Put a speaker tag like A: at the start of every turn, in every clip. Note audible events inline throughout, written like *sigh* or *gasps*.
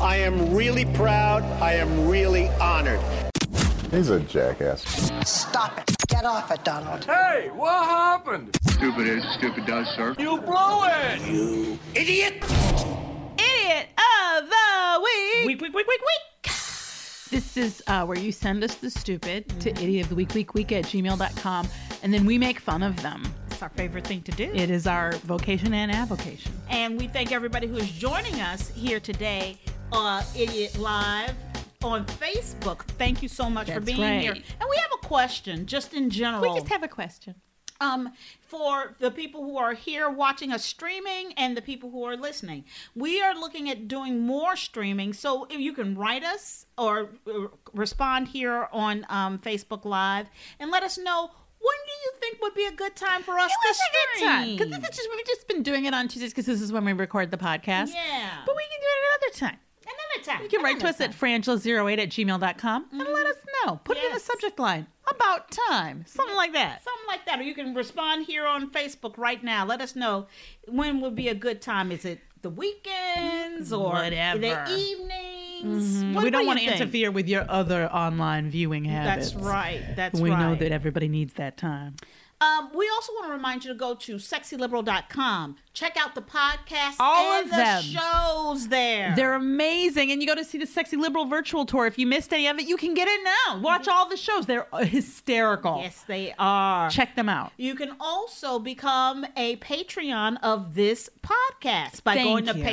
A: I am really proud. I am really honored.
B: He's a jackass.
C: Stop it. Get off it, Donald.
D: Hey, what happened?
E: Stupid is, stupid does, sir.
D: You blew it!
F: Idiot of the Week.
G: Week, week, week, week, week. This is uh, where you send us the stupid to idiot of the week, week, week at gmail.com, and then we make fun of them.
F: It's our favorite thing to do.
G: It is our vocation and avocation.
F: And we thank everybody who is joining us here today on Idiot Live on Facebook. Thank you so much for
G: That's
F: being
G: right.
F: here. And we have a question, just in general.
G: We just have a question.
F: um, for the people who are here watching us streaming and the people who are listening. We are looking at doing more streaming, so if you can write us or uh, respond here on um, Facebook Live and let us know when do you think would be a good time for us to
G: It's a good time
F: stream.
G: because this is just we've just been doing it on Tuesdays because this is when we record the podcast.
F: Yeah.
G: but we can do it another time.
F: another time.
G: You can write to
F: another
G: us at
F: time.
G: frangela08 at gmail.com and let us know. Put it in the
F: Yes.
G: subject line. About time. Something like that.
F: Something like that, or you can respond here on Facebook right now. Let us know when would be a good time. Is it the weekends or
G: Whatever. Mm-hmm.
F: the evenings? What-
G: we
F: what
G: don't
F: do
G: want
F: you
G: to
F: think?
G: interfere with your other online viewing habits.
F: That's right. That's
G: we
F: right.
G: know that everybody needs that time.
F: Um, we also want to remind you to go to sexyliberal.com. Check out the podcast
G: All
F: and
G: of
F: the
G: them.
F: shows there.
G: They're amazing. And you go to see the Sexy Liberal virtual tour. If you missed any of it, you can get it now. Watch all the shows. They're uh, hysterical.
F: yes, they are.
G: Check them out.
F: You can also become a Patreon of this podcast by
G: Thank
F: going to
G: you.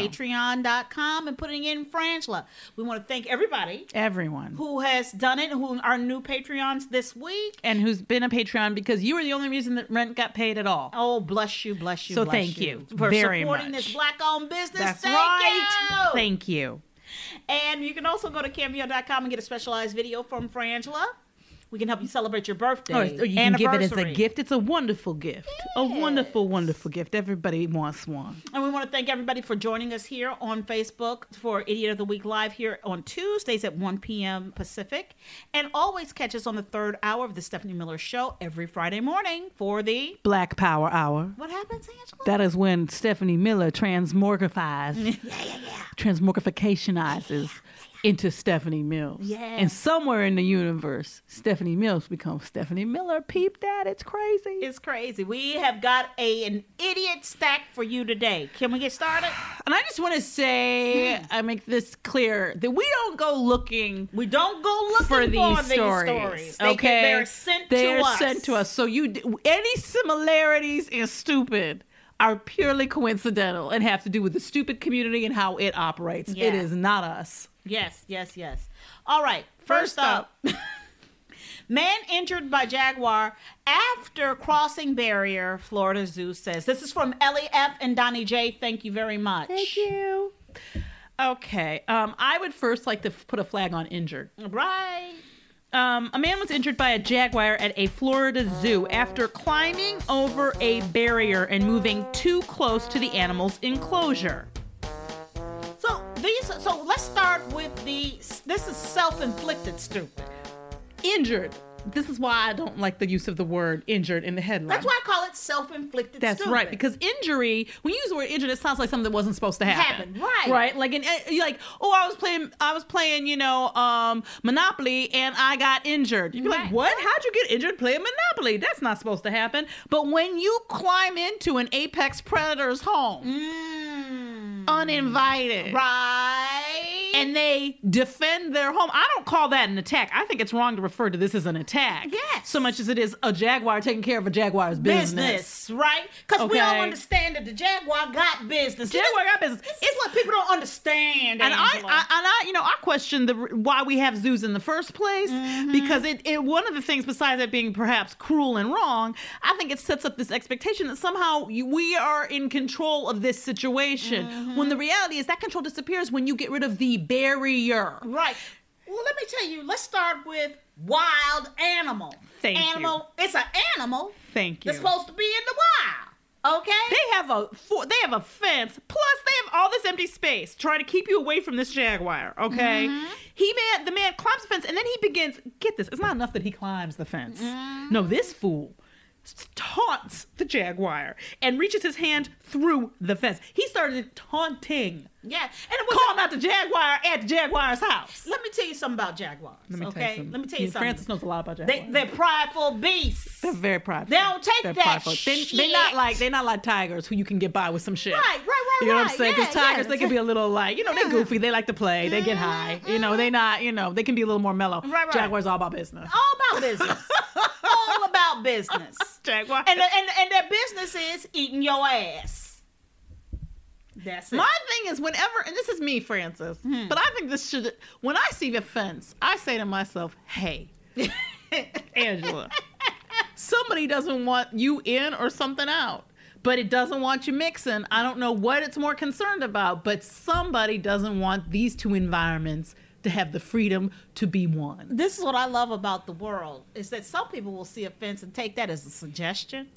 F: patreon.com and putting in Frangela. We want to thank everybody
G: Everyone.
F: who has done it, who are new Patreons this week.
G: and who's been a Patreon because you were the only reason that rent got paid at all.
F: Oh, bless you, bless you.
G: So
F: bless
G: thank you
F: for
G: very
F: supporting
G: much.
F: this black-owned business.
G: That's
F: thank
G: right.
F: you.
G: Thank you.
F: And you can also go to cameo.com and get a specialized video from Frangela. We can help you celebrate your birthday.
G: Or, or you can give it as a
F: anniversary.
G: gift. It's a wonderful gift. A wonderful, wonderful gift. Everybody wants one.
F: And we want to thank everybody for joining us here on Facebook for Idiot of the Week Live here on Tuesdays at 1 p.m. Pacific. And always catch us on the third hour of the Stephanie Miller Show every Friday morning for the.
G: Black Power Hour.
F: What happens, Angela?
G: That is when Stephanie Miller transmorgifies, transmorgificationizes into Stephanie Mills.
F: Yeah.
G: And somewhere in the universe, Stephanie Mills becomes Stephanie Miller. Peep that. It's crazy.
F: It's crazy. We have got a an idiot stack for you today. Can we get started?
G: and I just want to say, I make this clear that we don't go looking
F: We don't go looking for these, stories. They get-
G: okay,
F: they're sent
G: They're
F: to us.
G: sent to us. So you d- any similarities in stupid are purely coincidental and have to do with the stupid community and how it operates.
F: Yeah.
G: It is not us.
F: Yes, yes, yes. All right. First,
G: First
F: up, *laughs* man injured by jaguar after crossing barrier. Florida Zoo says this is from Ellie F and Donnie J. Thank you very much.
G: you. Okay. Um, I would first like to f- put a flag on injured.
F: Right.
G: Um, a man was injured by a jaguar at a Florida zoo after climbing over a barrier and moving too close to the animal's enclosure.
F: So these. So let's start with the. This is self-inflicted stupid.
G: injured. This is why I don't like the use of the word injured in the headline.
F: That's why I call it self-inflicted.
G: That's
F: stupid.
G: right, because injury. When you use the word injured, it sounds like something that wasn't supposed to happen.
F: Happened, right.
G: Right. Like, in, eh, you're like, oh, I was playing, I was playing, you know, um, Monopoly, and I got injured. You'd be like,
F: Right.
G: what? How'd you get injured playing Monopoly? That's not supposed to happen. But when you climb into an apex predator's home,
F: Mm.
G: uninvited,
F: Hmm. right.
G: and they defend their home. I don't call that an attack. I think it's wrong to refer to this as an attack.
F: Yes.
G: So much as it is a jaguar taking care of a jaguar's business.
F: business, right? Because
G: Okay.
F: we all understand that the Jaguar got business.
G: Jaguar got business.
F: It's,
G: It's-
F: what people don't understand.
G: And I, I, and
F: Angela.
G: I, you know, I question the r- why we have zoos in the first place because it, it one of the things besides it being perhaps cruel and wrong, I think it sets up this expectation that somehow you, we are in control of this situation when the reality is that control disappears when you get rid of the barrier.
F: Right. Well, let me tell you. Let's start with wild animal.
G: Thank you.
F: animal. It's an animal.
G: Thank you.
F: That's supposed to be in the wild. Okay.
G: They have a for, they have a fence. Plus, they have all this empty space trying to keep you away from this jaguar. Okay,
F: Mm-hmm.
G: he man the man climbs the fence and then he begins. Get this, it's not enough that he climbs the fence.
F: Mm-hmm.
G: No, this fool s- taunts the jaguar and reaches his hand through the fence. He started taunting,
F: yeah. And it was
G: calling out the jaguar at the jaguar's house.
F: Let me tell you something about jaguars. okay. Let me tell you something.
G: Francis knows a lot about jaguars.
F: They, they're prideful beasts.
G: They're very prideful.
F: They don't take
G: They're
F: that
G: prideful. They, they're not
F: shit.
G: like they're not like tigers who you can get by with some shit.
F: Right, right, right,
G: You know what I'm
F: right.
G: saying? Because
F: Yeah,
G: tigers
F: yeah.
G: they can be a little like you know they're goofy. They like to play. They get high. You know they not you know they can be a little more mellow.
F: Mm-hmm. right.
G: Jaguars all about business.
F: *laughs* all about business.
G: *laughs*
F: all about business.
G: Jaguar.
F: And, and and their business is eating your ass. That's it.
G: My thing is whenever and this is me, Francis. But I think this should when I see the fence, I say to myself, hey, *laughs* Angela, somebody doesn't want you in or something out. But it doesn't want you mixing. I don't know what it's more concerned about, but somebody doesn't want these two environments to have the freedom to be one.
F: this is what I love about the world is that some people will see a fence and take that as a suggestion.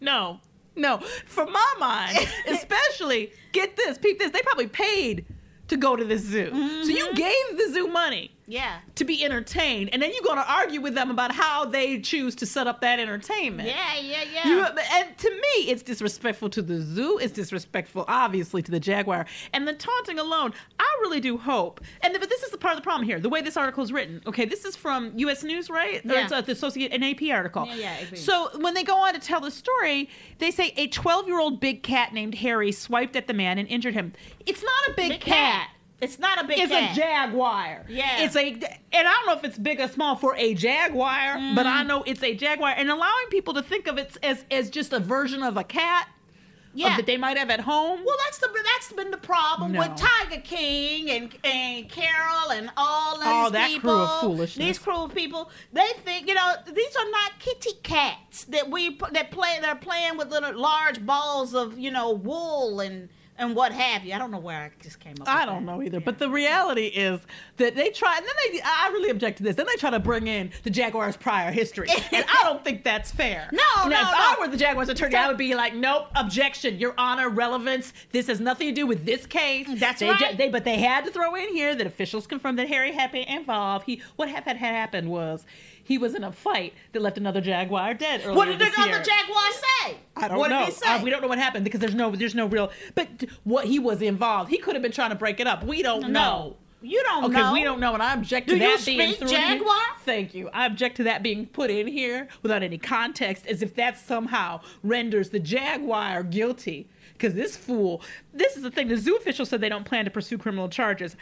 G: No, no. For my mind, *laughs* especially, get this, peep this, they probably paid to go to this zoo. So you gave the zoo money.
F: Yeah.
G: to be entertained, and then you're going to argue with them about how they choose to set up that entertainment.
F: Yeah, yeah, yeah.
G: You, and to me, it's disrespectful to the zoo. It's disrespectful, obviously, to the jaguar. And the taunting alone, I really do hope. And but this is the part of the problem here. The way this article is written. Okay, this is from U.S. News, right? Or
F: Yeah.
G: it's uh, the associate an AP article.
F: Yeah, yeah, AP.
G: So when they go on to tell the story, they say a 12-year-old big cat named Harry swiped at the man and injured him. It's not a big,
F: Big cat. It's not a big
G: it's
F: cat.
G: a jaguar.
F: Yeah.
G: It's a and I don't know if it's big or small for a jaguar, but
F: Mm-hmm.
G: I know it's a jaguar. And allowing people to think of it as as just a version of a cat of-
F: yeah.
G: that they might have at home.
F: well, that's the that's been the problem
G: No.
F: with Tiger King and and Carol and all these
G: All Oh, that
F: people.
G: crew of foolishness.
F: These cruel people. They think you know these are not kitty cats that we p- that play. They're playing with little large balls of you know wool and and what have you. I don't know where I just came up.
G: I
F: with
G: don't
F: that.
G: know either, but the reality is that they try, and then they, I really object to this. Then they try to bring in the Jaguars' prior
F: *laughs*
G: history, and I don't think that's fair.
F: No,
G: now,
F: no,
G: If I
F: no.
G: were the Jaguars' attorney, I would be like, nope, objection, Your Honor, relevance. This has nothing to do with this case.
F: That's
G: they,
F: right.
G: ju- They, but they had to throw in here that officials confirmed that Harry had been involved. He, what had, had happened was he was in a fight that left another Jaguar dead. Earlier
F: What did
G: this
F: the
G: year.
F: other jaguar say?
G: I don't
F: what
G: know.
F: did he say?
G: Uh, we don't know what happened because there's no there's no real. But t- what he was involved, he could have been trying to break it up. We don't know.
F: You don't
G: Okay,
F: know.
G: we don't know, and I object
F: Do
G: to that
F: you
G: being
F: speak
G: thrown in-
F: Jaguar?
G: Thank you. I object to that being put in here without any context, as if that somehow renders the jaguar guilty. Because this fool, this is the thing. The zoo official said they don't plan to pursue criminal charges.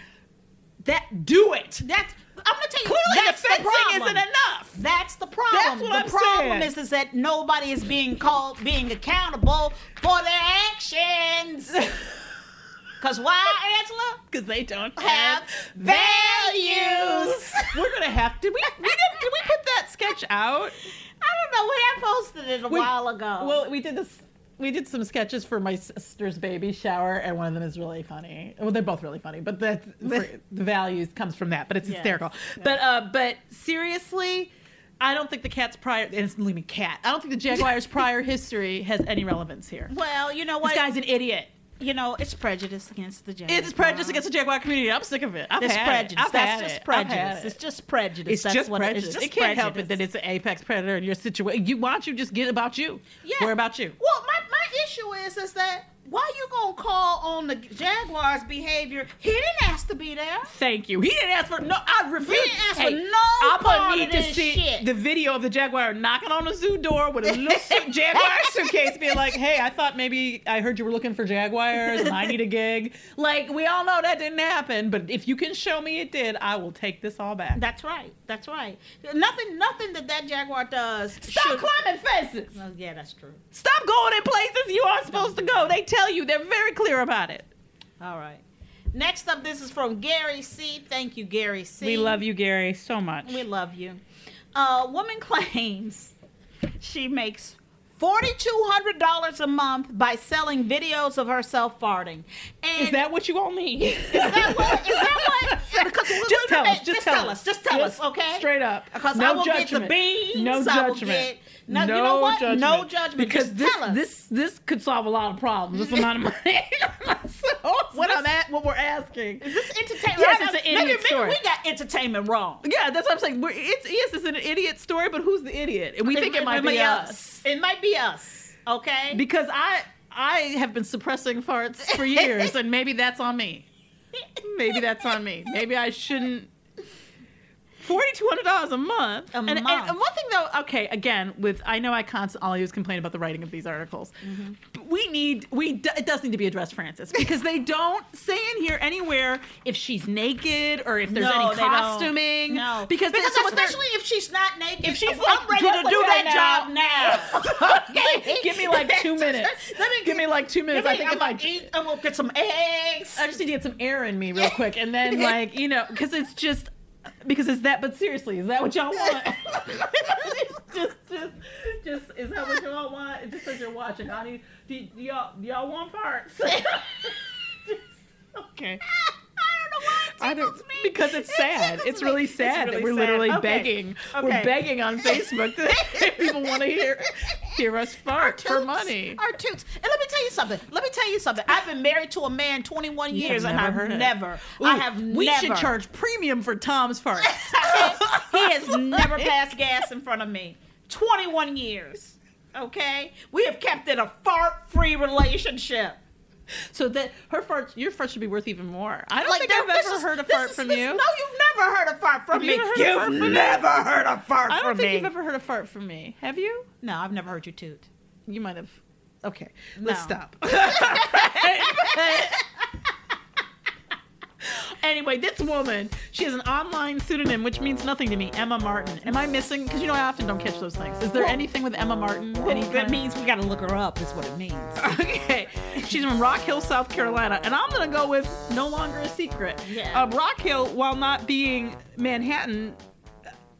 G: That do it.
F: That's I'm gonna tell you.
G: Clearly,
F: that's
G: the
F: the
G: fencing
F: problem.
G: isn't enough.
F: That's the problem.
G: That's what
F: the
G: I'm
F: problem
G: saying.
F: is, is that nobody is being called being accountable for their
G: *laughs*
F: actions. Cause why, Angela?
G: because they don't have,
F: Have
G: values.
F: values.
G: We're gonna have to. We, we did, did we put that sketch
F: *laughs*
G: out?
F: I don't know. We had posted it a
G: We-
F: while ago.
G: Well, we did this. We did some sketches for my sister's baby shower, and one of them is really funny. Well, they're both really funny, but the for- the values comes from that. But it's
F: Yes.
G: hysterical. But uh, but seriously. I don't think the cat's prior, and it's leaving
F: *laughs*
G: cat. I don't think the Jaguar's prior history has any relevance here.
F: well, you know
G: This
F: what?
G: guy's an idiot.
F: you know, it's prejudice against the Jaguar.
G: It's prejudice against the Jaguar community. I'm sick of it. I've
F: It's
G: had
F: prejudice.
G: It. I've
F: That's
G: had
F: just
G: it. I've had
F: prejudice.
G: it.
F: It's just prejudice.
G: It's
F: That's
G: just
F: what
G: prejudice.
F: It, it's just
G: it can't help it
F: prejudice.
G: that it's an apex predator in your situation. You why don't you just get about you?
F: Yeah.
G: Worry about you.
F: Well, my, my issue is is that why you gonna call on the Jaguars' behavior? He didn't ask to be there.
G: Thank you. He didn't ask for no. I refuse.
F: didn't ask for
G: Hey,
F: no
G: I'm
F: part
G: gonna
F: of
G: need to
F: this
G: see
F: shit.
G: the video of the jaguar knocking on the zoo door with a
F: *laughs*
G: little suit, jaguar suitcase, being like, "Hey, I thought maybe I heard you were looking for jaguars, and I need a gig." Like we all know that didn't happen, but if you can show me it did, I will take this all back.
F: That's right. That's right. Nothing. Nothing that that Jaguar does.
G: Stop
F: should-
G: climbing fences.
F: Oh, yeah, that's true.
G: Stop going in places you aren't supposed to go. They tell you. They're very clear about it.
F: All right. Next up, this is from Gary C. Thank you, Gary C.
G: We love you, Gary, so much.
F: We love you. A woman *laughs* claims she makes $4,200 a month by selling videos of herself farting. And
G: Is
F: *laughs*
G: that what you all need?
F: is that what?
G: *laughs*
F: Is that what? Because we- *laughs*
G: just
F: we-
G: tell us.
F: just
G: Just,
F: tell us, just tell us, okay?
G: Straight up.
F: Because I
G: no
F: will get the
G: judgment.
F: beans,
G: No
F: I will
G: judgment.
F: get- no- you know what? No judgment.
G: Because
F: Just
G: this,
F: tell us.
G: this this could solve a lot of problems. This amount of
F: *laughs*
G: money. *laughs* so, what I'm at, what we're asking.
F: Is this entertainment?
G: Yes,
F: Right
G: it's
F: now,
G: an idiot
F: maybe,
G: story.
F: Maybe we got entertainment wrong.
G: Yeah, that's what I'm saying. We're, it's yes, it's an idiot story, but who's the idiot? And we think it might be us.
F: It might be us. Okay.
G: because I I have been suppressing farts for years, and maybe that's on me. Maybe that's on me. Maybe I shouldn't. Forty two hundred dollars a month.
F: A
G: and, and-
F: month.
G: and one thing though, okay, again, with I know I constantly always complain about the writing of these articles. But
F: Mm-hmm.
G: we need we do- it does need to be addressed, Francis, because they don't say in here anywhere if she's naked or if there's
F: No,
G: any
F: they don't.
G: costuming.
F: No,
G: because, they- so what they're-
F: especially if she's not naked,
G: If she's,
F: I'm
G: like,
F: ready
G: dressed
F: to do
G: like
F: that
G: that
F: job now. *laughs* Okay?
G: Give me
F: *laughs*
G: like two minutes.
F: Let me
G: give me like two minutes.
F: Give me-
G: I think
F: I'm
G: if I
F: gonna eat, I'm gonna get some eggs.
G: I just need to get some air in me real quick, and *laughs* then like you know, because it's just because it's that. But seriously, is that what *laughs* y'all want? just, just, just is that what y'all want? It's Just as you're watching, I need do, do y'all do y'all want parts? *laughs* Just- okay. *laughs* I don't know why it tickles me. Because it's sad. It's really sad that we're literally begging. We're
F: Okay.
G: begging on Facebook that *laughs* people want to hear hear us fart for
F: Toots.
G: money.
F: Our toots. And let me tell you something. Let me tell you something. I've been married to a man 21
G: You have
F: years, and
G: never
F: I've
G: heard it.
F: never. I
G: Ooh,
F: have
G: We
F: never.
G: should charge premium for Tom's farts.
F: *laughs* he
G: *laughs*
F: has never passed gas in front of me. 21 years. Okay? We have kept it a fart free relationship.
G: so that her farts, your farts should be worth even more. I don't think
F: there-
G: I've
F: this
G: ever
F: is-
G: heard a
F: this
G: fart
F: is-
G: from
F: this-
G: you.
F: No, you've never heard a fart from
G: Have you
F: me.
G: ever heard a
F: You've
G: fart from me?
F: never heard a fart
G: I
F: from
G: don't think
F: me.
G: you've ever heard a fart from me. Have you?
F: No, I've never heard you toot.
G: You might have. Okay,
F: No.
G: let's stop. *laughs* anyway, this woman, she has an online pseudonym, which means nothing to me. Emma Martin. Am I missing? Because you know I often don't catch those things. Is there anything with Emma Martin? Any kind
F: That
G: of-
F: means we gotta look her up, is what it means.
G: *laughs* Okay, she's from Rock Hill, South Carolina, and I'm gonna go with no longer a secret.
F: Yeah.
G: Um, Rock Hill, while not being Manhattan,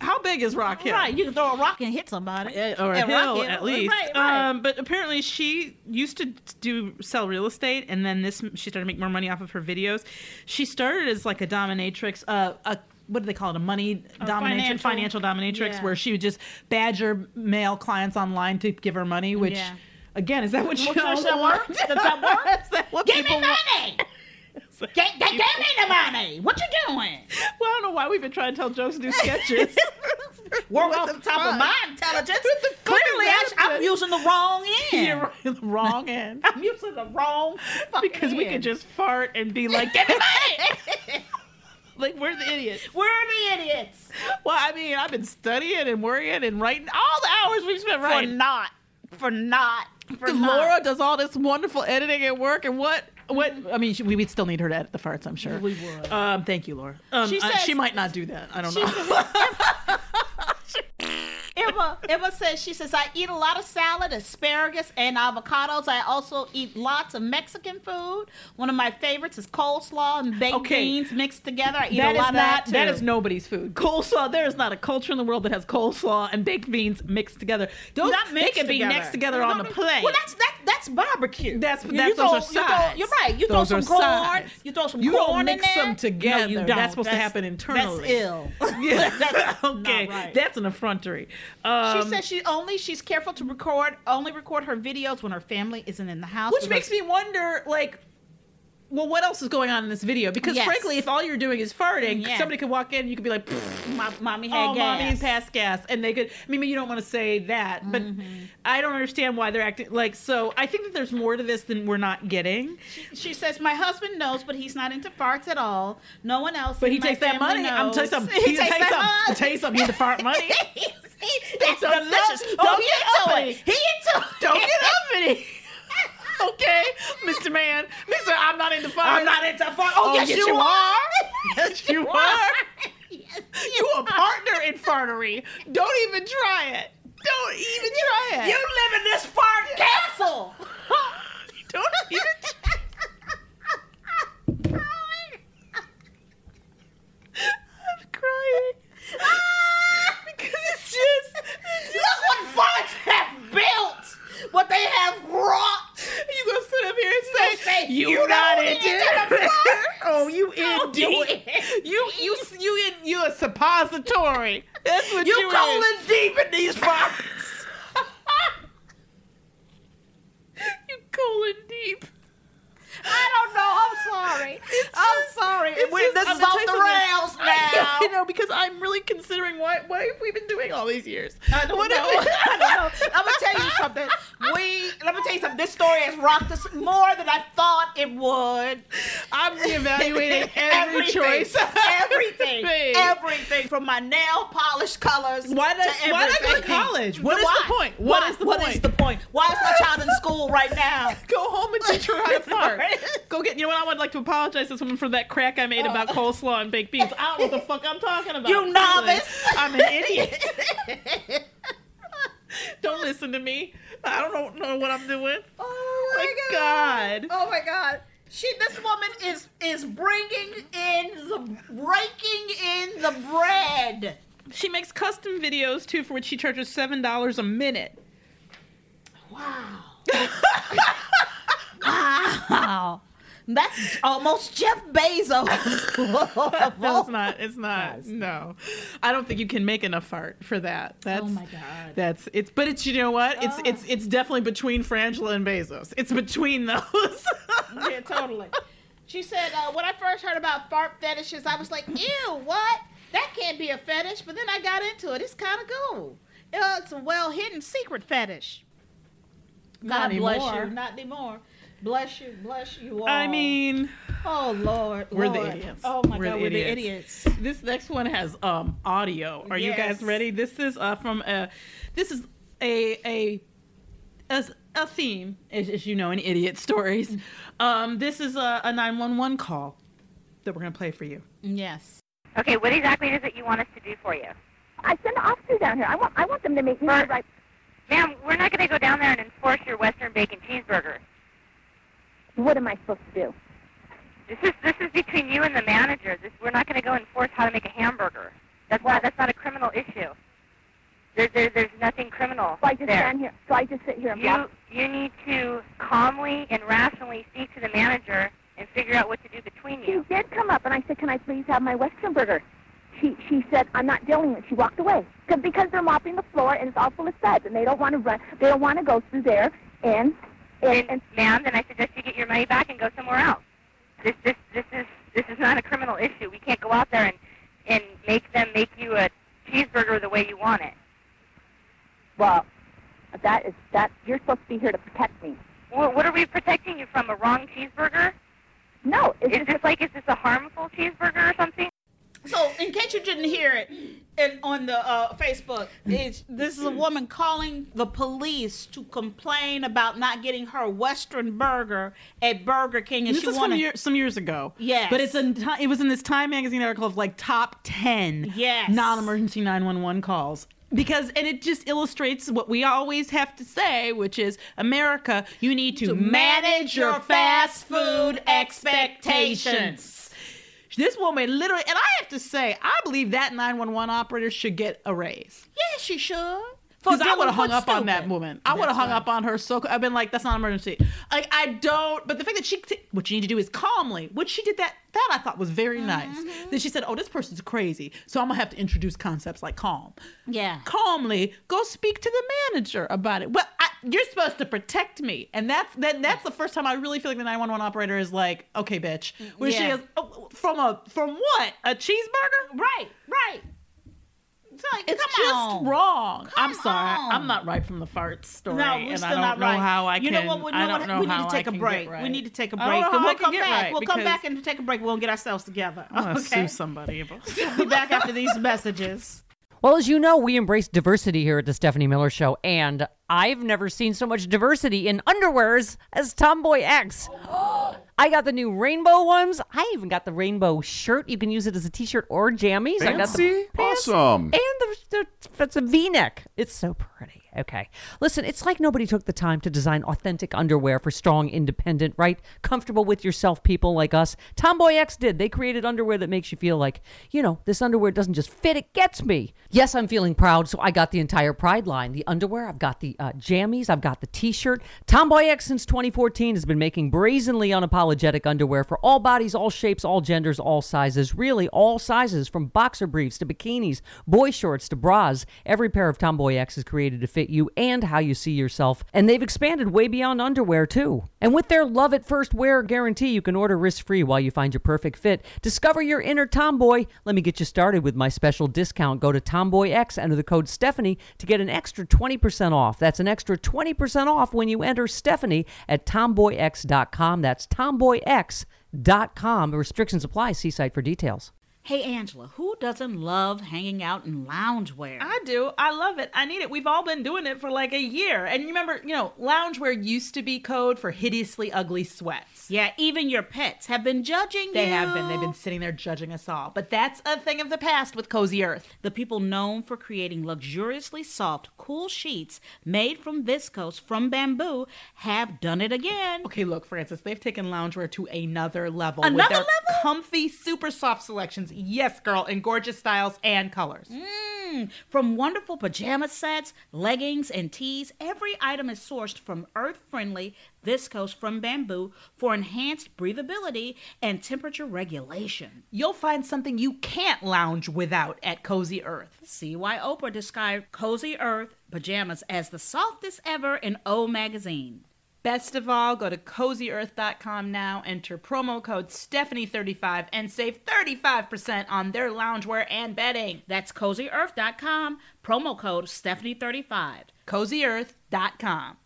G: how big is Rock Hill?
F: Right, you can throw a rock and hit somebody.
G: Eh, Or a
F: And Rock
G: hill, at least.
F: Right, right.
G: Um, but apparently, she used to do sell real estate, and then this she started to make more money off of her videos. She started as like a dominatrix, uh, a what do they call it? A money dominatrix,
F: financial-
G: financial, dominatrix,
F: yeah.
G: where she would just badger male clients online to give her money, which.
F: Yeah.
G: Again, is that what you all
F: Does that
G: want?
F: work? Does that work?
G: *laughs* Is that what
F: Give me
G: people want?
F: money!
G: *laughs*
F: Get, get, give me the money! What you doing?
G: Well, I don't know why we've been trying to tell jokes to do sketches.
F: *laughs* Work
G: What
F: off
G: the
F: the top of
G: fuck?
F: my intelligence.
G: What the fuck is
F: Clearly,
G: that
F: I- I'm
G: shit?
F: using the wrong end.
G: *laughs* You're in the wrong end.
F: I'm using the *laughs* wrong fucking
G: Because we could
F: end.
G: just fart and be like, "Give me money!" like we're the idiots.
F: We're the idiots
G: Well, I mean, I've been studying and worrying and writing all the hours we've spent
F: for
G: writing.
F: not, for not, for not.
G: Laura does all this wonderful editing at work, and what? What? I mean, she- we would still need her to edit the farts, I'm sure. We would. Um, thank you, Laura. Um,
F: She
G: uh,
F: says-
G: she might not do that. I don't
F: She
G: know.
F: says, Emma, Emma says, she says, I eat a lot of salad, asparagus, and avocados. I also eat lots of Mexican food. One of my favorites is coleslaw and baked
G: Okay.
F: beans mixed together. I *laughs* eat
G: That
F: a
G: is
F: lot
G: not
F: of that too.
G: that is nobody's food. Coleslaw. There is not a culture in the world that has coleslaw and baked beans mixed together. Those
F: Not
G: they
F: mixed
G: can be next together on the plate.
F: Well, that's that, that's barbecue.
G: That's-
F: You-
G: that's-
F: you throw,
G: those are
F: you throw-
G: sides.
F: you're right. You
G: Those
F: throw
G: are
F: some corn.
G: sides.
F: You throw some
G: You
F: corn
G: don't
F: in
G: mix
F: there.
G: them together.
F: No, you don't.
G: That's supposed to happen
F: That's
G: internally.
F: ill.
G: *laughs*
F: *laughs*
G: Yeah.
F: That's
G: *laughs*
F: not
G: okay.
F: right.
G: That's an effrontery.
F: She
G: Um,
F: says she only she's careful to record only record her videos when her family isn't in the house.
G: which
F: with
G: makes
F: her-
G: me wonder, like, well, what else is going on in this video? Because
F: Yes.
G: frankly, if all you're doing is farting,
F: Yeah.
G: somebody could walk in and you could be like,
F: My, mommy had
G: oh,
F: gas.
G: mommy, you passed gas. And they could, I mean, you don't want to say that, but
F: Mm-hmm.
G: I don't understand why they're acting like, so I think that there's more to this than we're not getting.
F: She says, "My husband knows, but he's not into farts at all. No one else.
G: But
F: in
G: he
F: my
G: takes that
F: family
G: money. I'm telling you
F: knows."
G: something.
F: *laughs* He takes that
G: I'll
F: money.
G: tell you something. You the fart
F: *laughs*
G: money. delicious.
F: That's delicious.
G: Don't
F: Don't
G: get
F: get
G: up
F: into
G: in
F: it.
G: it.
F: Oh, He into it.
G: Don't get up in
F: *laughs*
G: it. Okay, Mr. Man, Mr. I'm not into fart.
F: I'm not into farts. Oh, yes, you, are.
G: *laughs* Yes, you are. You a partner in fartery. Don't even try it. Don't even try it.
F: You live in this fart castle.
G: don't even. Try I'm crying because it's just. It's
F: Look
G: just
F: what farts have built. What they have wrought.
G: you gonna sit up here and say
F: say, "You
G: not
F: don't
G: into
F: eat
G: it."
F: the
G: Oh, you
F: Don't
G: indeed.
F: eat it.
G: You you you in *laughs* you a suppository. That's what you
F: You
G: is.
F: colon deep in these farts.
G: You colon deep.
F: I don't know. I'm *laughs* sorry. I'm sorry.
G: It's
F: We-
G: just-
F: this
G: I'm
F: is
G: gonna
F: off
G: tell you
F: the
G: something.
F: rails
G: *laughs* I
F: now.
G: know because I'm really considering why why have we been doing all these years?
F: I don't
G: What
F: know.
G: if we-
F: *laughs* I don't know. I'm gonna tell you something. We let me tell you something. This story has rocked us more than I thought it would.
G: *laughs* I'm reevaluating every
F: *laughs* Everything.
G: choice. *laughs*
F: everything, everything from my nail polish colors.
G: Why does-
F: to
G: why did I go to
F: everything.
G: college? What is
F: Why?
G: the point? What
F: Why?
G: is the
F: What
G: point?
F: is the point? Why is my child in school
G: *laughs*
F: right now?
G: Go home and teach her how
F: *laughs*
G: to fart. Go get. You know what? I would like to apologize to someone for that crack I made about coleslaw and baked beans. I don't know what the fuck I'm talking about.
F: Oh. You novice.
G: I'm an idiot.
F: *laughs*
G: don't listen to me. I don't know know what I'm doing.
F: Oh
G: my God.
F: Oh my god. She, this woman is is bringing in the raking in the bread.
G: She makes custom videos too, for which she charges seven dollars a minute.
F: Wow. wow. That's almost Jeff *laughs* Bezos.
G: No, it's not. It's not. No, I don't think you can make enough fart for that. That's,
F: Oh my God. Ah.
G: That's it's. But it's you know what? It's it's it's definitely between Frangela and Bezos. It's between *laughs* those.
F: yeah, totally. She said, uh, when I first heard about fart fetishes, I was like, ew, what? That can't be a fetish. But then I got into it. It's kind of cool. Uh, it's a well hidden secret fetish.
G: Not
F: God bless
G: anymore.
F: you. Not anymore. Bless you. Bless you all.
G: I mean,
F: oh, Lord.
G: We're the
F: Lord.
G: idiots.
F: Oh, my
G: We're
F: God.
G: the
F: we're the
G: idiots.
F: idiots.
G: this next one has um audio. Are you guys
F: Yes.
G: ready? This is uh from a, this is a a a, a theme as, as you know in idiot stories.
F: Mm.
G: Um, this is a, a 911 call that we're gonna play for you.
F: Yes.
H: Okay, what exactly is it you want us to do for you?
I: I send the officers down here. I want I want them to make me the right.
H: Ma'am, we're not going to go down there and enforce your Western Bacon Cheeseburger.
I: What am I supposed to do?
H: This is this is between you and the manager. This, we're not going to go enforce how to make a hamburger. That's not that's not a criminal issue. There, there there's nothing criminal
I: So I just
H: there.
I: stand here. So I just sit here and
H: You
I: watch.
H: you need to calmly and rationally speak to the manager and figure out what to do between
I: She
H: you.
I: did come up and I said, "Can I please have my Western burger?" She she said, "I'm not dealing with." it. She walked away because because they're mopping the floor and it's all full of suds and they don't want to run. They don't want to go through there and and,
H: Then,
I: and
H: ma'am, then I suggest you get your money back and go somewhere else. This this this is this is not a criminal issue. We can't go out there and and make them make you a cheeseburger the way you want it.
I: well, that is that you're supposed to be here to protect me.
H: Well, what are we protecting you from? A wrong cheeseburger?
I: No, it's
H: Is
I: just
H: this like is this a harmful cheeseburger or something?
F: So, in case you didn't hear it, and on the uh, Facebook, it's, this is a woman calling the police to complain about not getting her Western burger at Burger King, and
G: this
F: she
G: is
F: wanted
G: from year, some years ago.
F: Yes.
G: but it's in ti- it was in this Time magazine article of like top ten
F: Yes.
G: non-emergency nine one one calls because and it just illustrates what we always have to say, which is America, you need to, manage your fast food expectations. This woman literally, and I have to say, I believe that nine one one operator should get a raise.
F: Yeah, she should. For
G: Because I
F: doing
G: would have hung
F: what's
G: up on that
F: stupid.
G: woman. I would have hung up on her. So I've been like, that's not an emergency. Like I don't. But the fact that she, what you need to do is calmly. What she did that that I thought was very nice. Then she said, oh, this person's crazy. So I'm gonna have to introduce concepts like calm.
F: Yeah.
G: Calmly go speak to the manager about it. Well, I, you're supposed to protect me, and that's that, that's the first time I really feel like the 911 operator is like, okay, bitch, where she
F: Yeah.
G: is oh, from a from what a cheeseburger,
F: Right, right. It's like,
G: It's
F: come
G: just
F: on.
G: wrong. I'm
F: Come
G: sorry,
F: on.
G: I'm not right from the farts story,
F: No, we're
G: and
F: still
G: I don't
F: not
G: know
F: right.
G: how I
F: you
G: can.
F: know what?
G: I
F: know
G: don't
F: what-
G: know
F: we
G: how
F: need to
G: I
F: take a
G: can get
F: break.
G: right.
F: We need to take a
G: I don't
F: break.
G: know
F: and
G: how
F: we'll
G: I can
F: come
G: get
F: back.
G: right,
F: we'll come
G: because- *laughs*
F: back and take a break. We'll get ourselves together.
G: I'm gonna
F: *laughs* okay.
G: sue somebody. *laughs*
F: Be back after these messages.
J: Well, as you know, we embrace diversity here at the Stephanie Miller Show, and I've never seen so much diversity in underwears as Tomboy X. *gasps* I got the new rainbow ones. I even got the rainbow shirt. You can use it as a t-shirt or jammies. I got the
B: Fancy? Awesome.
J: and the, the that's a V-neck. It's so pretty. Okay, listen, it's like nobody took the time to design authentic underwear for strong, independent, right, comfortable with yourself people like us. Tomboy X did. They created underwear that makes you feel like, you know, this underwear doesn't just fit; it gets me. Yes, I'm feeling proud, so I got the entire Pride line: the underwear, I've got the uh, jammies, I've got the T-shirt. Tomboy X since 2014 has been making brazenly unapologetic underwear for all bodies, all shapes, all genders, all sizes, really all sizes, from boxer briefs to bikinis, boy shorts to bras. Every pair of Tomboy X is created to fit you and how you see yourself. And they've expanded way beyond underwear, too. And with their love at first wear guarantee, you can order risk free while you find your perfect fit. Discover your inner tomboy. Let me get you started with my special discount. Go to Tomboy X, enter the code Stephanie to get an extra 20% off. That's an extra 20% off when you enter Stephanie at tomboyx.com. That's tomboyx.com. Restrictions apply. See site for details.
F: Hey Angela, who doesn't love hanging out in loungewear?
G: I do. I love it. I need it. We've all been doing it for like a year. And you remember, you know, loungewear used to be code for hideously ugly sweats.
F: yeah, even your pets have been judging
G: They
F: you.
G: have been. They've been sitting there judging us all. But that's a thing of the past with Cozy Earth.
F: The people known for creating luxuriously soft, cool sheets made from viscose from bamboo have done it again.
G: Okay, look, Francis, they've taken loungewear to another level. with
F: Another
G: their
F: level?
G: Comfy, super soft selections. Yes, girl, in gorgeous styles and colors.
F: From wonderful pajama sets, leggings, and tees, every item is sourced from earth friendly viscose from bamboo for enhanced breathability and temperature regulation.
G: You'll find something you can't lounge without at Cozy Earth.
F: See why Oprah described Cozy Earth pajamas as the softest ever in O magazine.
G: Best of all, go to cozyearth.com now, enter promo code Stephanie35, and save 35% on their loungewear and bedding.
F: That's cozyearth.com, promo code Stephanie35.
G: Cozyearth.com.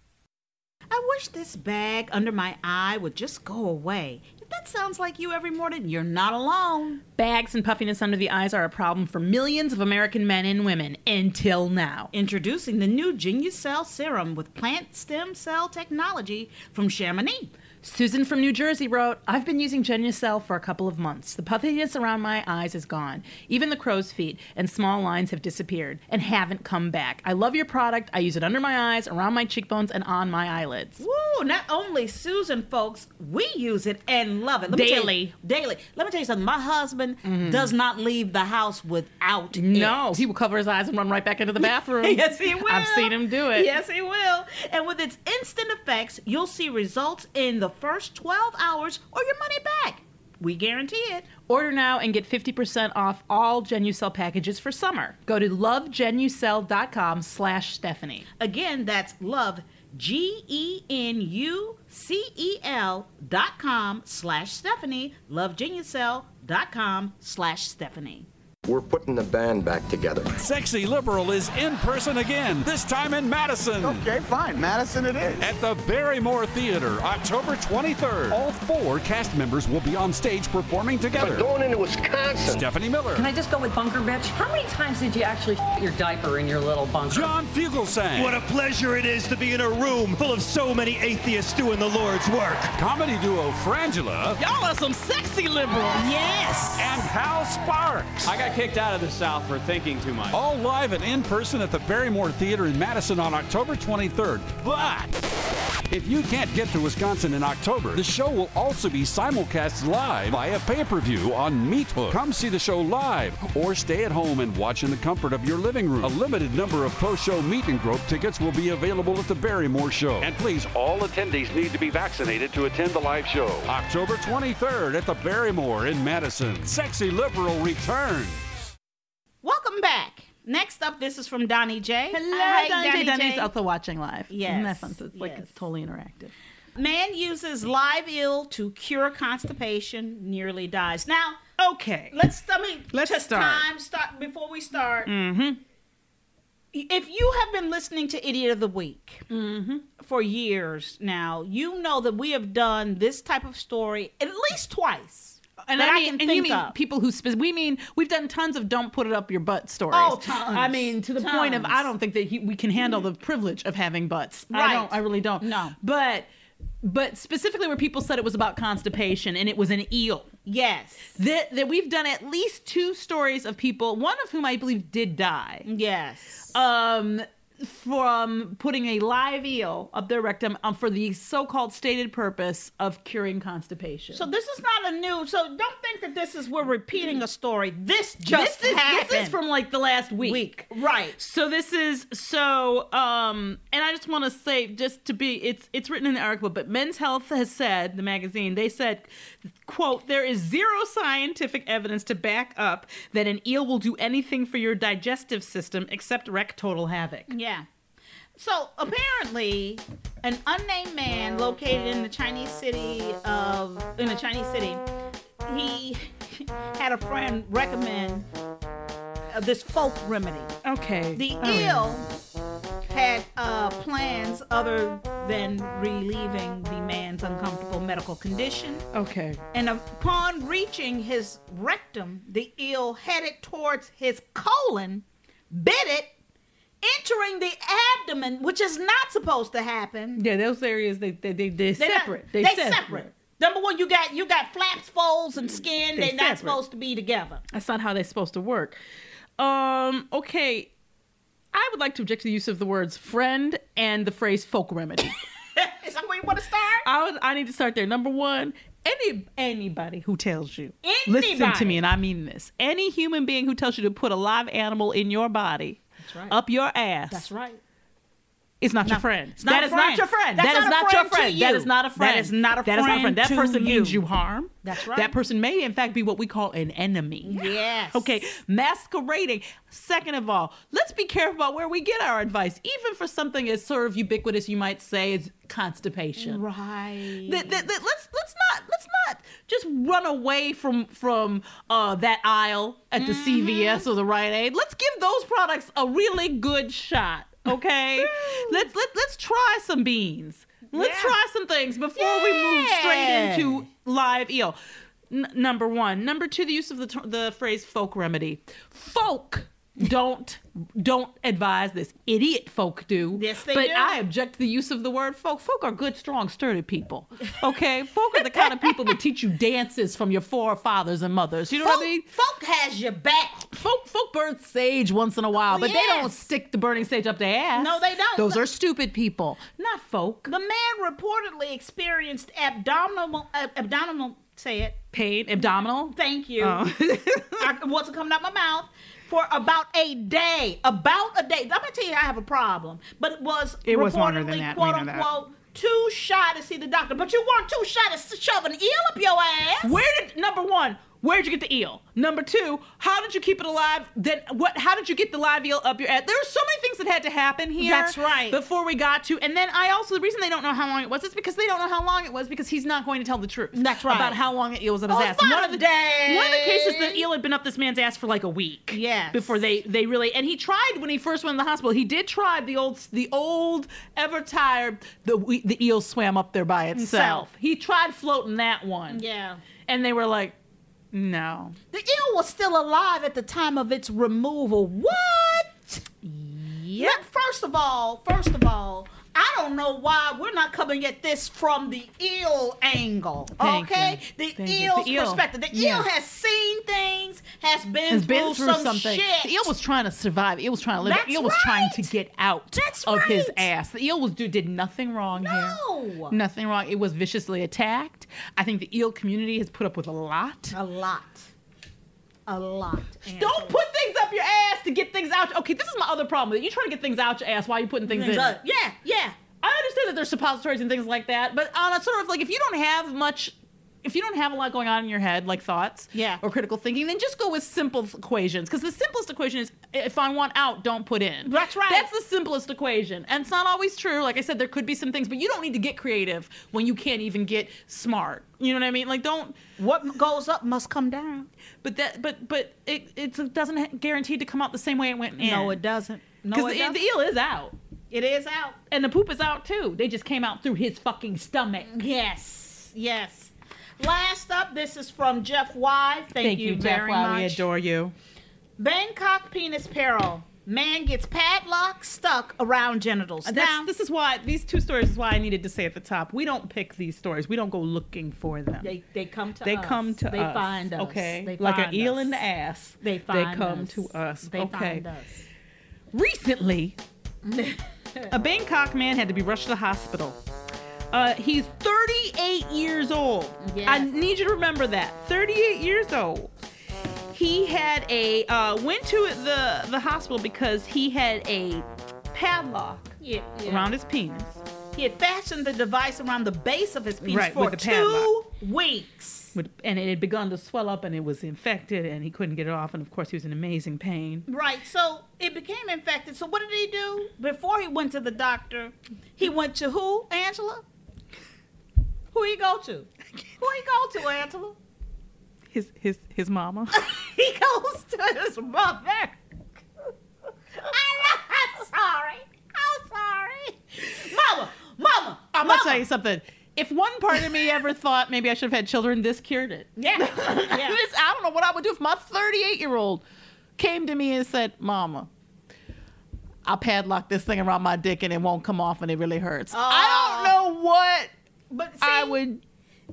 F: I wish this bag under my eye would just go away. If that sounds like you every morning, you're not alone.
G: Bags and puffiness under the eyes are a problem for millions of American men and women until now.
F: Introducing the new Genucell serum with plant stem cell technology from Chamonix.
G: Susan from New Jersey wrote, I've been using Genucel for a couple of months. The puffiness around my eyes is gone. Even the crow's feet and small lines have disappeared and haven't come back. I love your product. I use it under my eyes, around my cheekbones, and on my eyelids.
F: Woo! Not only Susan, folks, we use it and love it Let me tell you-
G: Daily. Mm-hmm.
F: daily. Let me tell you something. My husband does not leave the house without
G: No,
F: it.
G: he will cover his eyes and run right back
F: *laughs*
G: into the bathroom.
F: yes, he will.
G: I've seen him do it.
F: Yes, he will. And with its instant effects, you'll see results in the first 12 hours or your money back. We guarantee it.
G: Order now and get 50% off all Genucel packages for summer. Go to lovegenucel.com slash Stephanie.
F: Again, that's love, G E N U C E L dot com slash Stephanie, lovegenucel dot com slash Stephanie.
K: We're putting the band back together.
L: Sexy Liberal is in person again, this time in Madison.
B: Okay, fine. Madison it is.
L: At the Barrymore Theater, October 23rd. All four cast members will be on stage performing together.
K: But going into Wisconsin.
L: Stephanie Miller.
J: I just go with bunker bitch? How many times did you actually *laughs* your diaper in your little bunker?
L: John Fugelsang.
M: What a pleasure it is to be in a room full of so many atheists doing the Lord's work.
L: Comedy duo Frangela.
G: Y'all are some sexy liberals.
F: Yes!
L: And Hal Sparks.
N: I got kicked out of the South for thinking too much.
L: All live and in person at the Barrymore Theater in Madison on October 23rd. But if you can't get to Wisconsin in October, the show will also be simulcast live via pay per view on Meat Hook. Come see the show live or stay at home and watch in the comfort of your living room. A limited number of post show meet and grope tickets will be available at the Barrymore Show. And please, all attendees need to be vaccinated to attend the live show. October 23rd at the Barrymore in Madison. Sexy Liberal returns.
F: Welcome back. Next up, this is from Donnie J.
G: Hello,
F: Hi,
G: Donnie J. Donnie's
F: J.
G: also watching live. Isn't that
F: Yes,
G: fun? So it's like
F: yes.
G: it's totally interactive.
F: Man uses live eel to cure constipation, nearly dies. Now, okay, let's I mean,
G: Let's
F: just
G: start.
F: time start before we start.
G: Mm-hmm.
F: If you have been listening to Idiot of the Week
G: Mm-hmm.
F: for years now, you know that we have done this type of story at least twice.
G: And
F: that
G: I mean,
F: can
G: and
F: think
G: you mean
F: of.
G: people who spe- we mean we've done tons of don't put it up your butt stories.
F: Oh, tons.
G: I mean, to the point of
F: Tons.
G: I don't think that he, we can handle the privilege of having butts. I
F: Right.
G: don't. I really don't. No. But but specifically where people said it was about constipation and it was an eel.
F: Yes.
G: That that we've done at least two stories of people, one of whom I believe did die.
F: Yes.
G: Um from putting a live eel up their rectum um, for the so-called stated purpose of curing constipation.
F: So this is not a new. So don't think that this is we're repeating a story. This just
G: this is
F: happened.
G: this is from like the last week.
F: right?
G: So this is so um and I just want to say just to be it's it's written in the article but Men's Health has said the magazine they said quote there is zero scientific evidence to back up that an eel will do anything for your digestive system except wreck total havoc.
F: Yeah. So apparently, an unnamed man located in the Chinese city of in a Chinese city, he had a friend recommend uh, this folk remedy.
G: Okay. Oh,
F: The eel had uh, plans other than relieving the man's uncomfortable medical condition.
G: Okay.
F: And upon reaching his rectum, the eel headed towards his colon, bit it, entering the abdomen, which is not supposed to happen.
G: Yeah, those areas they they they they're
F: They're not-
G: separate.
F: They,
G: They're
F: separate. Number one, you got you got flaps, folds, and skin.
G: They
F: They're,
G: separate. Uh,
F: not supposed to be together.
G: That's not how they're supposed to work. Um, okay. I would like to object to the use of the words friend and the phrase folk remedy.
F: Is that where you want to start?
G: I would, I need to start there. Number one, any anybody who tells you listen to
F: Anybody.
G: me, and I mean this, any human being who tells you to put a live animal in your body,
F: That's right.
G: up your ass,
F: That's right.
G: It's not your
F: No,
G: friend.
F: it's not
G: That
F: a
G: is not
F: friend.
G: your friend.
F: That's
G: That is
F: not a
G: not your
F: friend to
G: friend. That
F: you.
G: is not a
F: That
G: friend.
F: is not a
G: That is not a
F: friend
G: friend. That
F: to
G: person
F: you.
G: means you harm.
F: That's right.
G: That person may, in fact, be what we call an enemy.
F: Yes.
G: Okay. Masquerading. Second of all, let's be careful about where we get our advice, even for something as sort of ubiquitous, you might say, as constipation.
F: Right.
G: That- that- that- let's let's not let's not just run away from from uh, that aisle at
F: Mm-hmm.
G: the CVS or the Rite Aid. Let's give those products a really good shot.
F: *laughs*
G: Okay, let's let, let's try some beans. Let's
F: Yeah.
G: try some things before we move straight
F: Yeah.
G: into live eel. N- number one, number two, the use of the ter- the phrase folk remedy. Folk don't don't advise this. Idiot folk do.
F: Yes, they
G: but
F: do.
G: I object to the use of the word folk. Folk are good, strong, sturdy people. Okay, folk are the kind of people that teach you dances from your forefathers and mothers. You know what I mean?
F: folk, folk has your back.
G: Folk, folk burn sage once in a while, but they don't
F: yes.
G: stick the burning sage up their ass.
F: No, they don't.
G: Those
F: But-
G: are stupid people, not folk.
F: The man reportedly experienced abdominal uh, abdominal say it
G: Pain, abdominal.
F: Thank you.
G: Oh.
F: *laughs* I wasn't coming out my mouth for about a day. About a day. I'm gonna tell you, I have a problem. But it was
G: It
F: reportedly
G: was longer than that. We
F: quote
G: know that.
F: unquote too shy to see the doctor. But you weren't too shy to s- shove an eel up your ass.
G: Where did number one? Where'd you get the eel? Number two, how did you keep it alive? Then what? How did you get the live eel up your ass? There are so many things that had to happen here.
F: That's right.
G: Before we got to, and then I also the reason they don't know how long it was is because they don't know how long it was because he's not going to tell the truth.
F: That's right.
G: About how long the eel was up his
F: Oh,
G: ass.
F: about
G: One of
F: a
G: the
F: day.
G: one of the cases the eel had been up this man's ass for like a week.
F: Yes.
G: Before they they really and he tried when he first went to the hospital. He did try the old the old ever tired the we- the eel swam up there by itself.
F: Himself.
G: He tried floating that one.
F: Yeah.
G: And they were like, no.
F: The eel was still alive at the time of its removal. What? Yeah. First of all, first of all, I don't know why we're not coming at this from the eel angle.
G: Thank
F: okay?
G: you.
F: The
G: Thank you.
F: eel's
G: The eel.
F: perspective. The
G: Yeah.
F: eel has seen things, has been,
G: Has
F: through,
G: been through
F: some
G: something.
F: shit.
G: The eel was trying to survive. The eel was trying to live.
F: That's
G: the eel was trying to get out
F: That's
G: of his
F: right.
G: ass. The eel was dude did nothing wrong
F: No.
G: here. Nothing wrong. It was viciously attacked. I think the eel community has put up with a lot.
F: a lot. A lot. Angela.
G: Don't put things up your ass to get things out. Okay, this is my other problem. You're trying to get things out your ass while you're putting things,
F: Things
G: in.
F: up. Yeah, yeah.
G: I understand that there's suppositories and things like that, but on a sort of like if you don't have much if you don't have a lot going on in your head, like thoughts
F: Yeah.
G: or critical thinking, then just go with simple equations. Because the simplest equation is if I want out, don't put in.
F: That's right.
G: That's the simplest equation. And it's not always true. Like I said, there could be some things, but you don't need to get creative when you can't even get smart. You know what I mean? Like don't
F: what goes up must come down.
G: But that but but it it doesn't ha- guaranteed to come out the same way it went in.
F: No, it doesn't. No,
G: Because the,
F: it doesn't.
G: the eel is out.
F: It is out.
G: And the poop is out too. They just came out through his fucking stomach.
F: Mm-hmm. Yes, yes. Last up, this is from Jeff Y. Thank,
G: Thank you, Jeff
F: very
G: Y. We
F: much.
G: adore you.
F: Bangkok penis peril. Man gets padlock stuck around genitals.
G: That's-
F: now,
G: this is why these two stories is why I needed to say at the top. We don't pick these stories. We don't go looking for them.
F: they, they come to
G: They
F: us.
G: come to
F: they
G: us.
F: find us.
G: Okay.
F: They
G: like
F: find
G: an eel
F: us.
G: in the ass.
F: They find
G: come
F: us.
G: to us.
F: They
G: okay.
F: find us.
G: Recently, a Bangkok man had to be rushed to the hospital. Uh, he's 38 years old.
F: Yes.
G: I need you to remember that. 38 years old. He had a uh, went to the the hospital because he had a padlock
F: Yeah, yeah.
G: around his penis.
F: He had fashioned the device around the base of his penis
G: Right,
F: for
G: with the
F: two weeks.
G: with- and it had begun to swell up and it was infected and he couldn't get it off and of course he was in amazing pain
F: Right. So it became infected. So what did he do? Before he went to the doctor, he went to who, Angela? Who he go to? Who he go to, Angela?
G: his his his mama
F: *laughs* He goes to his mother. *laughs* I'm not sorry. I'm sorry. Mama, mama,
G: i'm
F: mama.
G: gonna tell you something if one part of me ever thought maybe i should have had children this cured it
F: Yeah. *laughs* yeah.
G: *laughs* This- i don't know what i would do if my 38 year old came to me and said mama i padlocked this thing around my dick and it won't come off and it really hurts i don't know what
F: But see,
G: i would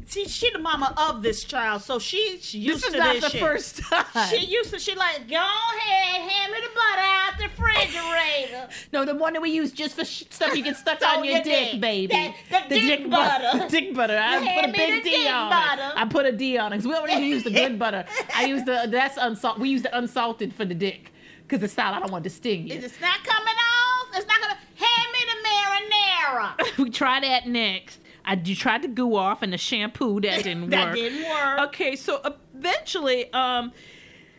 F: see, she the mama of this child, so she, she used
G: this is
F: to
G: not
F: this
G: the
F: shit.
G: first time
F: She used to. She like, go ahead, hand me the butter out the refrigerator.
G: No, the one that we use just for sh- stuff you get stuck
F: So
G: on your,
F: Oh, your
G: dick,
F: dick.
G: baby.
F: That- the dick
G: bu-
F: butter.
G: *laughs* dick butter. I
F: Hand
G: put a
F: me
G: big
F: the
G: D
F: dick
G: on
F: butter.
G: it. I put a D on it because we don't even use the good
F: *laughs*
G: butter. I use the that's unsalted. We use the unsalted for the dick because it's not. I don't want to sting
F: Is
G: you.
F: it's not coming off? It's not gonna hand me the marinara.
G: We *laughs* try that next. I you tried the goo off and the shampoo that didn't
F: *laughs* That
G: work.
F: didn't work.
G: Okay, so eventually, um,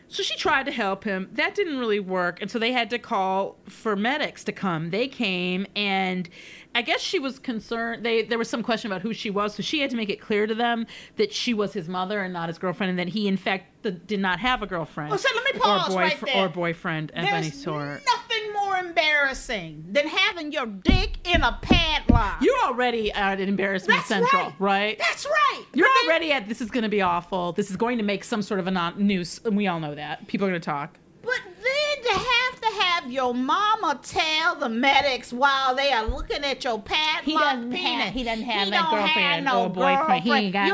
G: so she tried to help him. That didn't really work, and so they had to call for medics to come. They came, and I guess she was concerned. They there was some question about who she was, so she had to make it clear to them that she was his mother and not his girlfriend, and that he in fact th- did not have a girlfriend.
F: Well, Oh, so let me
G: or,
F: pause right
G: boyf-
F: there.
G: or boyfriend of any
F: There's
G: sort.
F: nothing more embarrassing than having your dick in a padlock.
G: You're already uh, at embarrassment
F: That's
G: central,
F: right.
G: right?
F: That's right.
G: You're
F: But then-
G: already at this is going to be awful. This is going to make some sort of a non- noose, and we all know that. People are going to talk.
F: But then to have to have your mama tell the medics while they are looking at your padlock
G: He doesn't
F: penis,
G: have- he doesn't have
F: he
G: no
F: don't
G: girlfriend
F: no
G: or boyfriend. He
F: girlfriend.
G: ain't got
F: You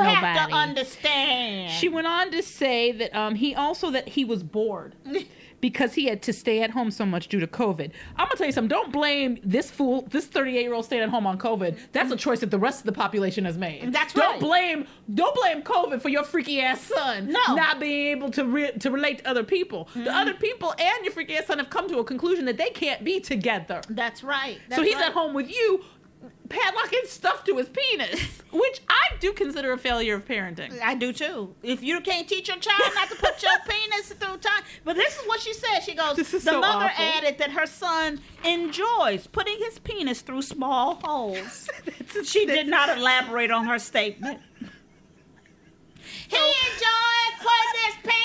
G: nobody.
F: have to understand.
G: She went on to say that um, he also that he was
F: *laughs*
G: bored because he had to stay at home so much due to COVID. I'm gonna tell you something. Don't blame this fool, this 38 year old staying at home on COVID. That's a choice that the rest of the population has made.
F: That's right.
G: Don't blame don't blame COVID for your freaky ass son
F: No. Mm-hmm.
G: not being able to re- to relate to other people. The other people and your freaky ass son have come to a conclusion that they can't be together.
F: That's right.
G: so
F: That's
G: he's
F: right.
G: at home with you. Padlocking stuff to his
F: *laughs*
G: penis, which I do consider a failure of parenting.
F: I do too. If you can't teach your child not to put *laughs* your penis through time, but this is what she said. She goes,
G: This is
F: the
G: so
F: mother
G: awful."
F: added that her son enjoys putting his penis through small holes. she did not elaborate on her statement. he enjoys putting his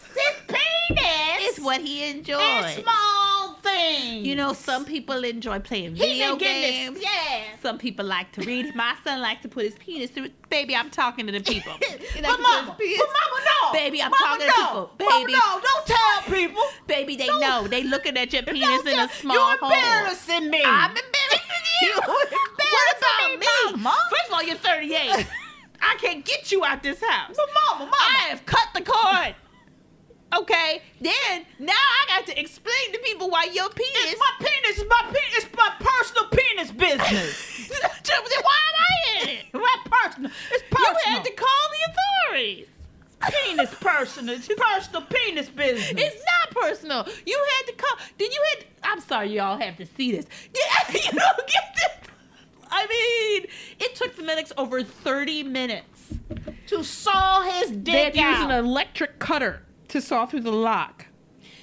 F: *laughs* penis, his penis,
G: It's what he enjoys.
F: in small things.
G: You know, some people enjoy playing
F: he
G: video
F: been getting
G: games.
F: this, yeah.
G: Some people like to read. My son likes to put his penis through. Baby, I'm talking to the
F: *laughs*
G: people. He
F: But
G: likes to put
F: mama, but
G: his penis-
F: mama, no.
G: Baby, I'm
F: Mama,
G: talking
F: no.
G: to people. Baby,
F: mama, no, don't tell people.
G: baby, they
F: don't-
G: know. They looking at your penis
F: Don't
G: in a
F: tell-
G: small
F: You're
G: hole.
F: embarrassing me.
G: I'm embarrassing *laughs* you.
F: You're
G: what about
F: embarrassing me,
G: me?
F: Mama.
G: First of all, you're 38. I can't get you out this house.
F: But mama, mama.
G: I have cut the cord. *laughs* Okay, then now I got to explain to people why your penis.
F: *laughs* It's my penis. It's my penis. It's my personal penis business.
G: then *laughs* why am I in it?
F: *laughs* my personal. It's
G: You
F: personal.
G: had to call the authorities.
F: penis personal. It's personal penis business.
G: It's not personal. You had to call. Then you had. I'm sorry, y'all have to see this. *laughs* Yeah, you don't get this. I mean, it took the medics over 30 minutes to saw his
F: They
G: dick
F: had used an
G: out.
F: electric cutter to saw through the lock.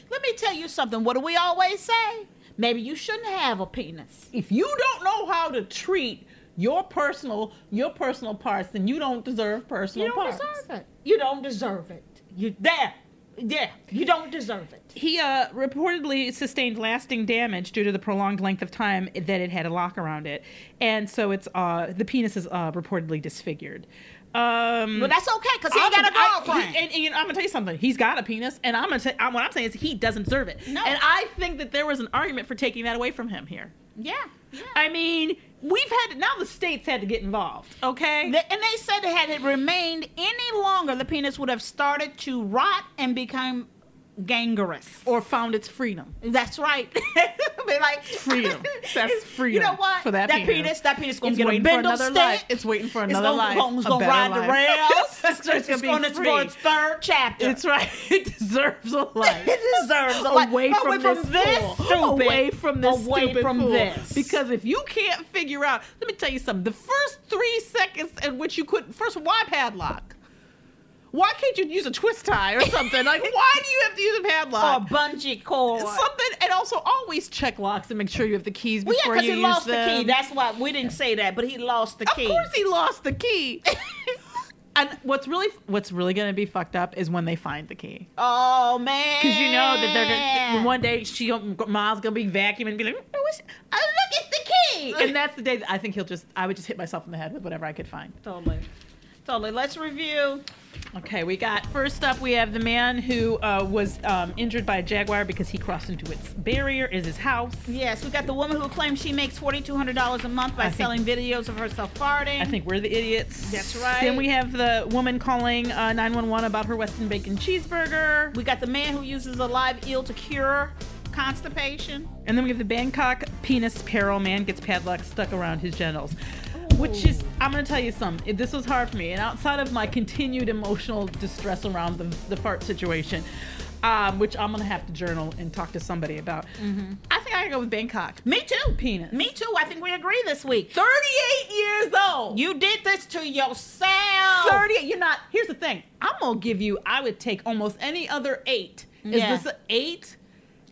G: Let me tell you something. What do we always say? Maybe you shouldn't have a penis.
F: If you don't know how to treat your personal your personal parts, then you don't deserve personal
G: You don't
F: parts.
G: deserve it. You don't deserve it. You there. Yeah, you don't deserve it.
F: He uh, reportedly sustained lasting damage due to the prolonged length of time that it had a lock around it, and so it's uh, the penis is uh, reportedly disfigured. Um,
G: Well, that's okay, 'cause he ain't
F: I'm-
G: got a
F: I-
G: girlfriend.
F: he- and, and, you know, I'm gonna tell you something. He's got a penis, and I'm gonna. T- I'm, what I'm saying is he doesn't deserve it.
G: No.
F: And I think that there was an argument for taking that away from him here.
G: Yeah.
F: I mean, we've had now the states had to get involved. Okay.
G: The- and they said that had it remained any longer, the penis would have started to rot and become gangrenous.
F: Or found its freedom.
G: That's right. *laughs* Be like
F: Freedom.
G: *laughs*
F: That's freedom.
G: You know what?
F: For that,
G: penis. that penis gonna
F: It's
G: get a
F: waiting for
G: bendle
F: another
G: stick.
F: life. It's waiting for another
G: gonna-
F: life.
G: It's
F: a
G: gonna
F: better
G: ride the
F: life.
G: rails.
F: *laughs* It's just gonna be
G: on its- on its
F: free.
G: third chapter.
F: It's right. *laughs* It deserves a
G: *laughs*
F: life.
G: It deserves a life.
F: away
G: Away
F: from,
G: from
F: this,
G: this
F: fool.
G: stupid.
F: Away from this
G: Away
F: stupid
G: from
F: fool.
G: this.
F: Because if you can't figure out, let me tell you something. The first three seconds in which you couldn't first, why padlock? Why can't you use a twist tie or
G: *laughs*
F: something? like, why do you have to use a padlock?
G: or bungee cord.
F: something, and also always check locks and make sure you have the keys
G: Well, yeah,
F: before
G: because
F: you
G: he
F: use
G: lost
F: them.
G: the key. That's why we didn't say that, but he lost the key.
F: Of course, he lost the key.
G: *laughs*
F: and what's really what's really gonna be fucked up is when they find the key.
G: Oh man!
F: Because you know that they're gonna one day she mom's gonna be vacuuming and be like, "Oh, what's-"
G: Oh, look, it's the *laughs* key.
F: and that's the day that I think he'll just I would just hit myself in the head with whatever I could find.
G: totally, totally. Let's review.
F: Okay, we got first up we have the man who uh, was um, injured by a jaguar because he crossed into its barrier is his house.
G: Yes, we got the woman who claims she makes forty two hundred dollars a month by
F: I think-
G: selling videos of herself farting.
F: I think we're the idiots.
G: That's right.
F: Then we have the woman calling uh, 911 about her Western bacon cheeseburger.
G: we got the man who uses a live eel to cure constipation.
F: And then we have the Bangkok penis peril man gets padlock stuck around his genitals. Which is, I'm gonna tell you something. It- This was hard for me, and outside of my continued emotional distress around the, the fart situation, um, which I'm gonna have to journal and talk to somebody about. I think I gotta go with Bangkok.
G: Mm-hmm. Me too.
F: Penis.
G: Me too. I think we agree this week.
F: 38 years old.
G: You did this to yourself.
F: 38. You're not. Here's the thing. I'm gonna give you. I would take almost any other eight. Is
G: Yeah.
F: this a eight?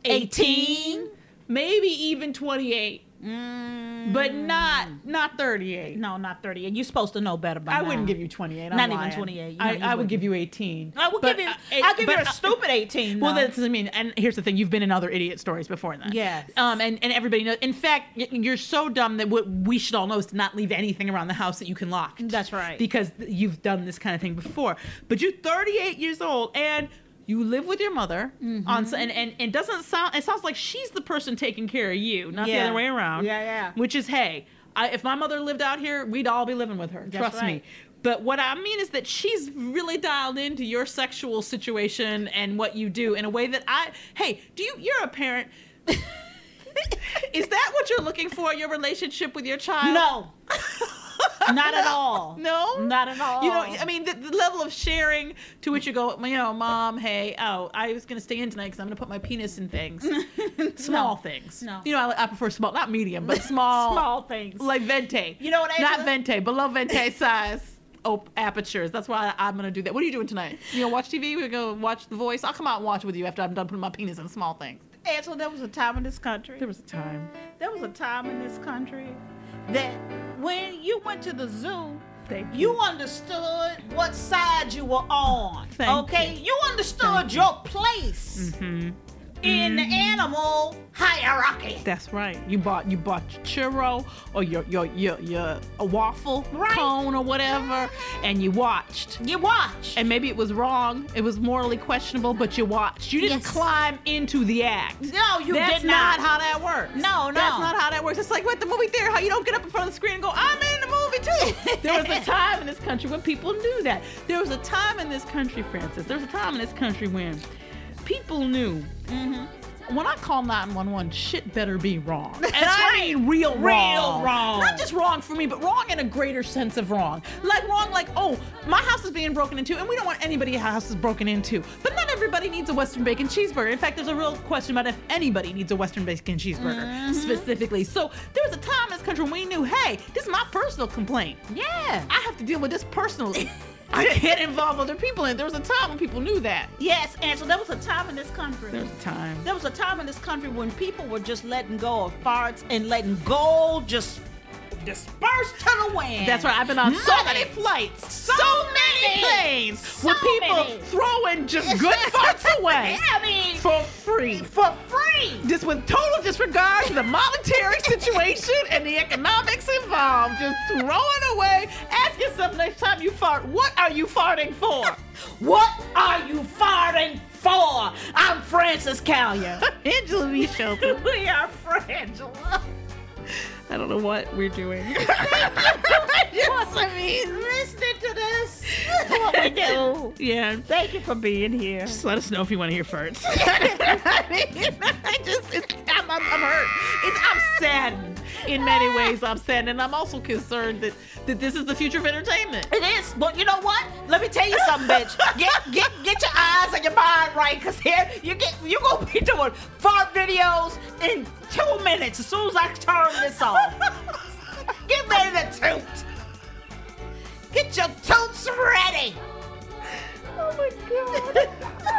G: 18?
F: Maybe even 28. But not not 38.
G: Mm. No, not thirty eight. You're supposed to know better by
F: I
G: now.
F: wouldn't give you 28. I'm
G: Not even
F: lying.
G: 28. No,
F: I,
G: you
F: I would
G: wouldn't.
F: give you 18.
G: I would
F: But,
G: give you.
F: uh, eight-
G: I'll give you
F: but,
G: a
F: uh,
G: stupid eighteen.
F: Well,
G: though.
F: that's what I mean. And here's the thing: you've been in other idiot stories before then.
G: Yes.
F: Um. And, and everybody knows. In fact, y- you're so dumb that what we should all know is to not leave anything around the house that you can lock.
G: That's right.
F: Because you've done this kind of thing before. But you're 38 years old and. You live with your mother,
G: Mm-hmm.
F: on s- and, and and it doesn't sound. It sounds like she's the person taking care of you, not the
G: Yeah.
F: other way around.
G: Yeah, yeah.
F: Which is, hey, I, if my mother lived out here, we'd all be living with her.
G: That's
F: Trust
G: right.
F: me. But what I mean is that she's really dialed into your sexual situation and what you do in a way that I hey, do you you're
G: *laughs*
F: a parent. is that what you're looking for, your relationship with your child?
G: no, not at all.
F: *laughs* No?
G: Not at all.
F: You know, I mean, the, the level of sharing to which you go, you know, mom, hey, oh, I was going to stay in tonight because I'm going to put my penis in
G: *laughs*
F: things. small things.
G: No.
F: You know, I, I prefer small, not medium, but
G: *laughs*
F: small.
G: Small things.
F: Like vente.
G: You know what,
F: Not
G: Angela?
F: vente, below
G: *laughs*
F: vente size. Op- apertures. That's why I, am gonna do that. What are you doing tonight? You gonna watch TV? We're gonna watch The Voice. I'll come out and watch with you after I'm done putting my penis in small things.
G: Angela, there was a time in this country.
F: There was a time.
G: There was a time in this country that when you went to the zoo,
F: Thank
G: you understood what side you were on.
F: Thank
G: okay? You, understood your place in the animal hierarchy.
F: That's right. You bought you bought your churro or your your your your a waffle
G: Right.
F: cone or whatever, and you watched.
G: You watch.
F: And maybe it was wrong. It was morally questionable, but you watched. You didn't
G: Yes.
F: climb into the act.
G: No, you
F: That's
G: did not.
F: how that works.
G: No, no.
F: That's not how that works. It's like with the movie theater, how you don't get up in front of the screen and go, I'm in the movie
G: *laughs*
F: too. there was a time in this country when people knew that. There was a time in this country, Francis. There was a time in this country when people knew. When I call 911, shit better
G: *laughs*
F: be wrong. And I mean real
G: Real
F: wrong.
G: wrong.
F: Not just wrong for me, but wrong in a greater sense of wrong. Like wrong, like, oh, my house is being broken into, and we don't want anybody's house is broken into. But not everybody needs a Western bacon cheeseburger. In fact, there's a real question about if anybody needs a Western bacon cheeseburger
G: Mm-hmm.
F: specifically. So there was a time in this country when we knew, hey, this is my personal complaint.
G: yeah. *laughs*
F: I have to deal with this personally. It involved other people in it. There was a time when people knew that.
G: Yes, Angela, there was a time in this country.
F: There was a time.
G: There was a time in this country when people were just letting go of farts and letting gold just disperse to the wind.
F: That's right. I've been on so many flights, so, many, planes, with people
G: many. *laughs*
F: throwing just good farts away
G: Yeah, I mean,
F: *laughs* for free.
G: For free.
F: Just with total disregard to the monetary situation and the economics involved. Just throwing away. Ask yourself next time you fart, what are you farting for?
G: *laughs* what are you farting for? I'm Francis Callier.
F: Angela V. Shelton. *laughs*
G: we are Frangela.
F: I don't know what we're *laughs* doing.
G: Yes, I mean, listening to
F: *laughs*
G: this, is what we do.
F: yeah.
G: Thank you for being here.
F: Just let us know if you want to hear farts. I mean, I just, it's, I'm, I'm, I'm hurt. It's, I'm saddened in
G: Ah.
F: many ways. I'm saddened, and I'm also concerned that that this is the future of entertainment.
G: It is, but you know what? Let me tell you
F: *laughs*
G: something, bitch. Get get get your eyes and your mind right, cause here you get you gonna be doing fart videos in two minutes as soon as I turn this
F: *laughs*
G: off. get ready to toot. Get your toots ready. Oh my god.